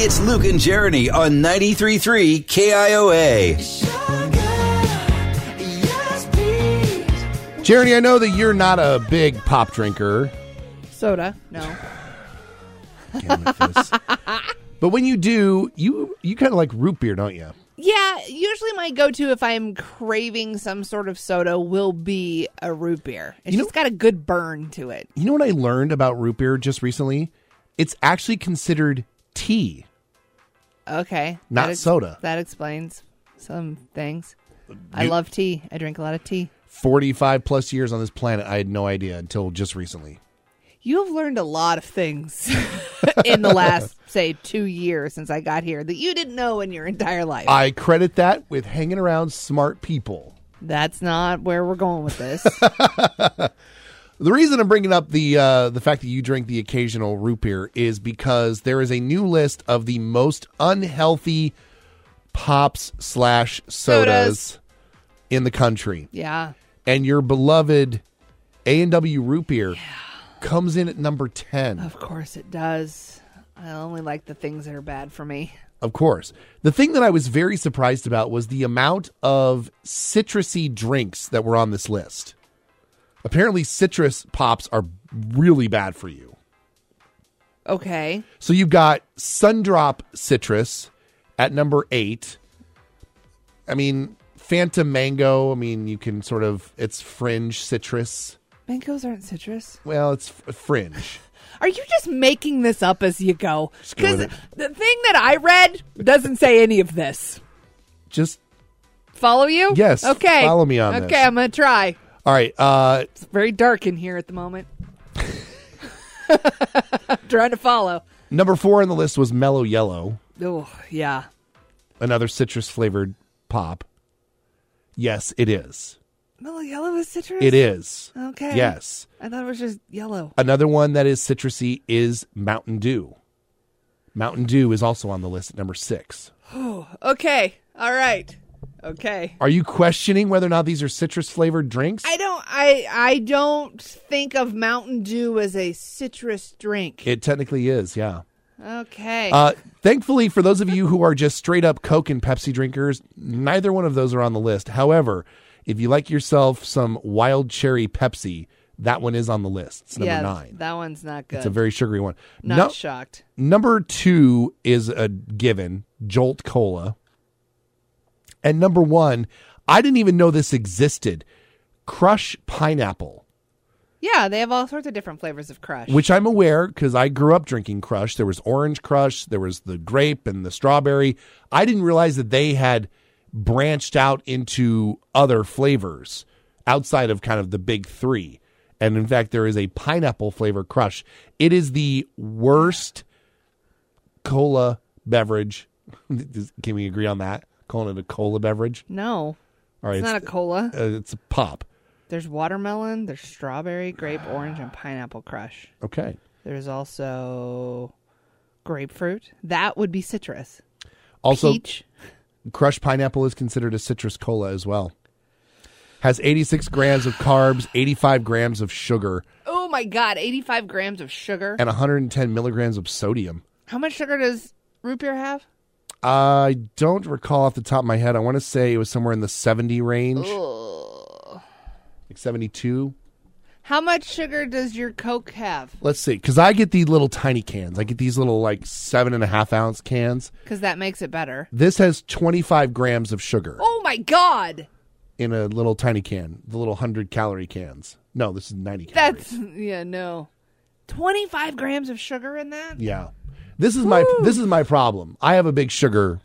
It's Luke and Jeremy on 93.3 KIOA. Jeremy, I know that you're not a big pop drinker, Soda, no. but when you do, you you kind of like root beer, don't you? Yeah, usually my go-to if I'm craving some sort of soda will be a root beer. It's You know- just got a good burn to it. You know what I learned about root beer just recently? It's actually considered tea. Okay, Not that ex- soda. That explains some things. I You- love tea. I drink a lot of tea. 45 plus years on this planet, I had no idea until just recently. You have learned a lot of things in the last, say, two years since I got here that you didn't know in your entire life. I credit that with hanging around smart people. That's not where we're going with this. The reason I'm bringing up the uh, the fact that you drink the occasional root beer is because there is a new list of the most unhealthy pops slash sodas Sodas. in the country, yeah. and your beloved A and W root beer comes in at number ten. Of course it does. I only like the things that are bad for me. Of course, the thing that I was very surprised about was the amount of citrusy drinks that were on this list. Apparently, citrus pops are really bad for you. Okay. So you've got Sundrop Citrus at number eight. I mean, Fanta Mango. I mean, you can sort of, it's fringe citrus. Mangoes aren't citrus. Well, it's f- fringe. Are you just making this up as you go? Just go Because with it. the thing that I read doesn't say any of this. Just, Follow you? Yes, Okay. follow me on Okay, this. I'm going to try. all right. Uh, It's very dark in here at the moment. trying to follow. number four on the list was Mellow Yellow, Oh, yeah. another citrus flavored pop. Yes, it is. Mellow yellow is citrus? It is. Okay. Yes. I thought it was just yellow. Another one that is citrusy is Mountain Dew. Mountain Dew is also on the list at number six. Okay. All right. Okay. Are you questioning whether or not these are citrus flavored drinks? I don't I I don't think of Mountain Dew as a citrus drink. it technically is, yeah. okay. Uh, thankfully, for those of you who are just straight up Coke and Pepsi drinkers, neither one of those are on the list. However, if you like yourself some wild cherry Pepsi, that one is on the list. It's number yeah, nine. That one's not good. it's a very sugary one. not No- shocked. number two is a given Jolt Cola. And number one, I didn't even know this existed Crush Pineapple. Yeah, they have all sorts of different flavors of crush. which I'm aware because I grew up drinking Crush. There was orange Crush, there was the grape and the strawberry. I didn't realize that they had branched out into other flavors outside of kind of the big three. And in fact, there is a pineapple flavor Crush. It is the worst cola beverage. Can we agree on that? Calling it a cola beverage? no. All right, It's not a cola. uh, it's a pop. There's watermelon, there's strawberry, grape, orange, and pineapple crush. Okay. There's also grapefruit. That would be citrus. Also, Peach. Crushed pineapple is considered a citrus cola as well. Has 86 grams of carbs, 85 grams of sugar, Oh my god, 85 grams of sugar. and 110 milligrams of sodium. How much sugar does root beer have? I don't recall off the top of my head. I want to say it was somewhere in the 70 range, like 72. How much sugar does your Coke have? Let's see, because I get the little tiny cans. I get these little like seven and a half ounce cans. Because that makes it better. This has 25 grams of sugar Oh my god, in a little tiny can, the little 100 calorie cans. No, this is 90 calories. that's yeah no, twenty five grams of sugar in that. Yeah. This is my this is my problem. I have a big sugar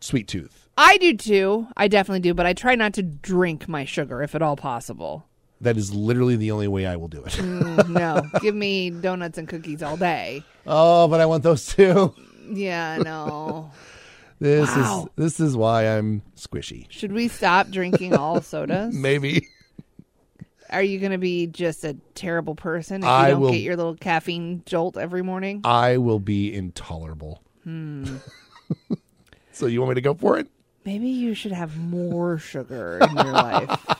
sweet tooth. I do too. I definitely do, but I try not to drink my sugar if at all possible. That is literally the only way I will do it. Mm, no, give me donuts and cookies all day. oh, but I want those too. Yeah, no. This Wow. is this is why I'm squishy. Should we stop drinking all sodas? Maybe. Are you going to be just a terrible person if I you don't will- get your little caffeine jolt every morning? I will be intolerable. so you want me to go for it? Maybe you should have more sugar in your life.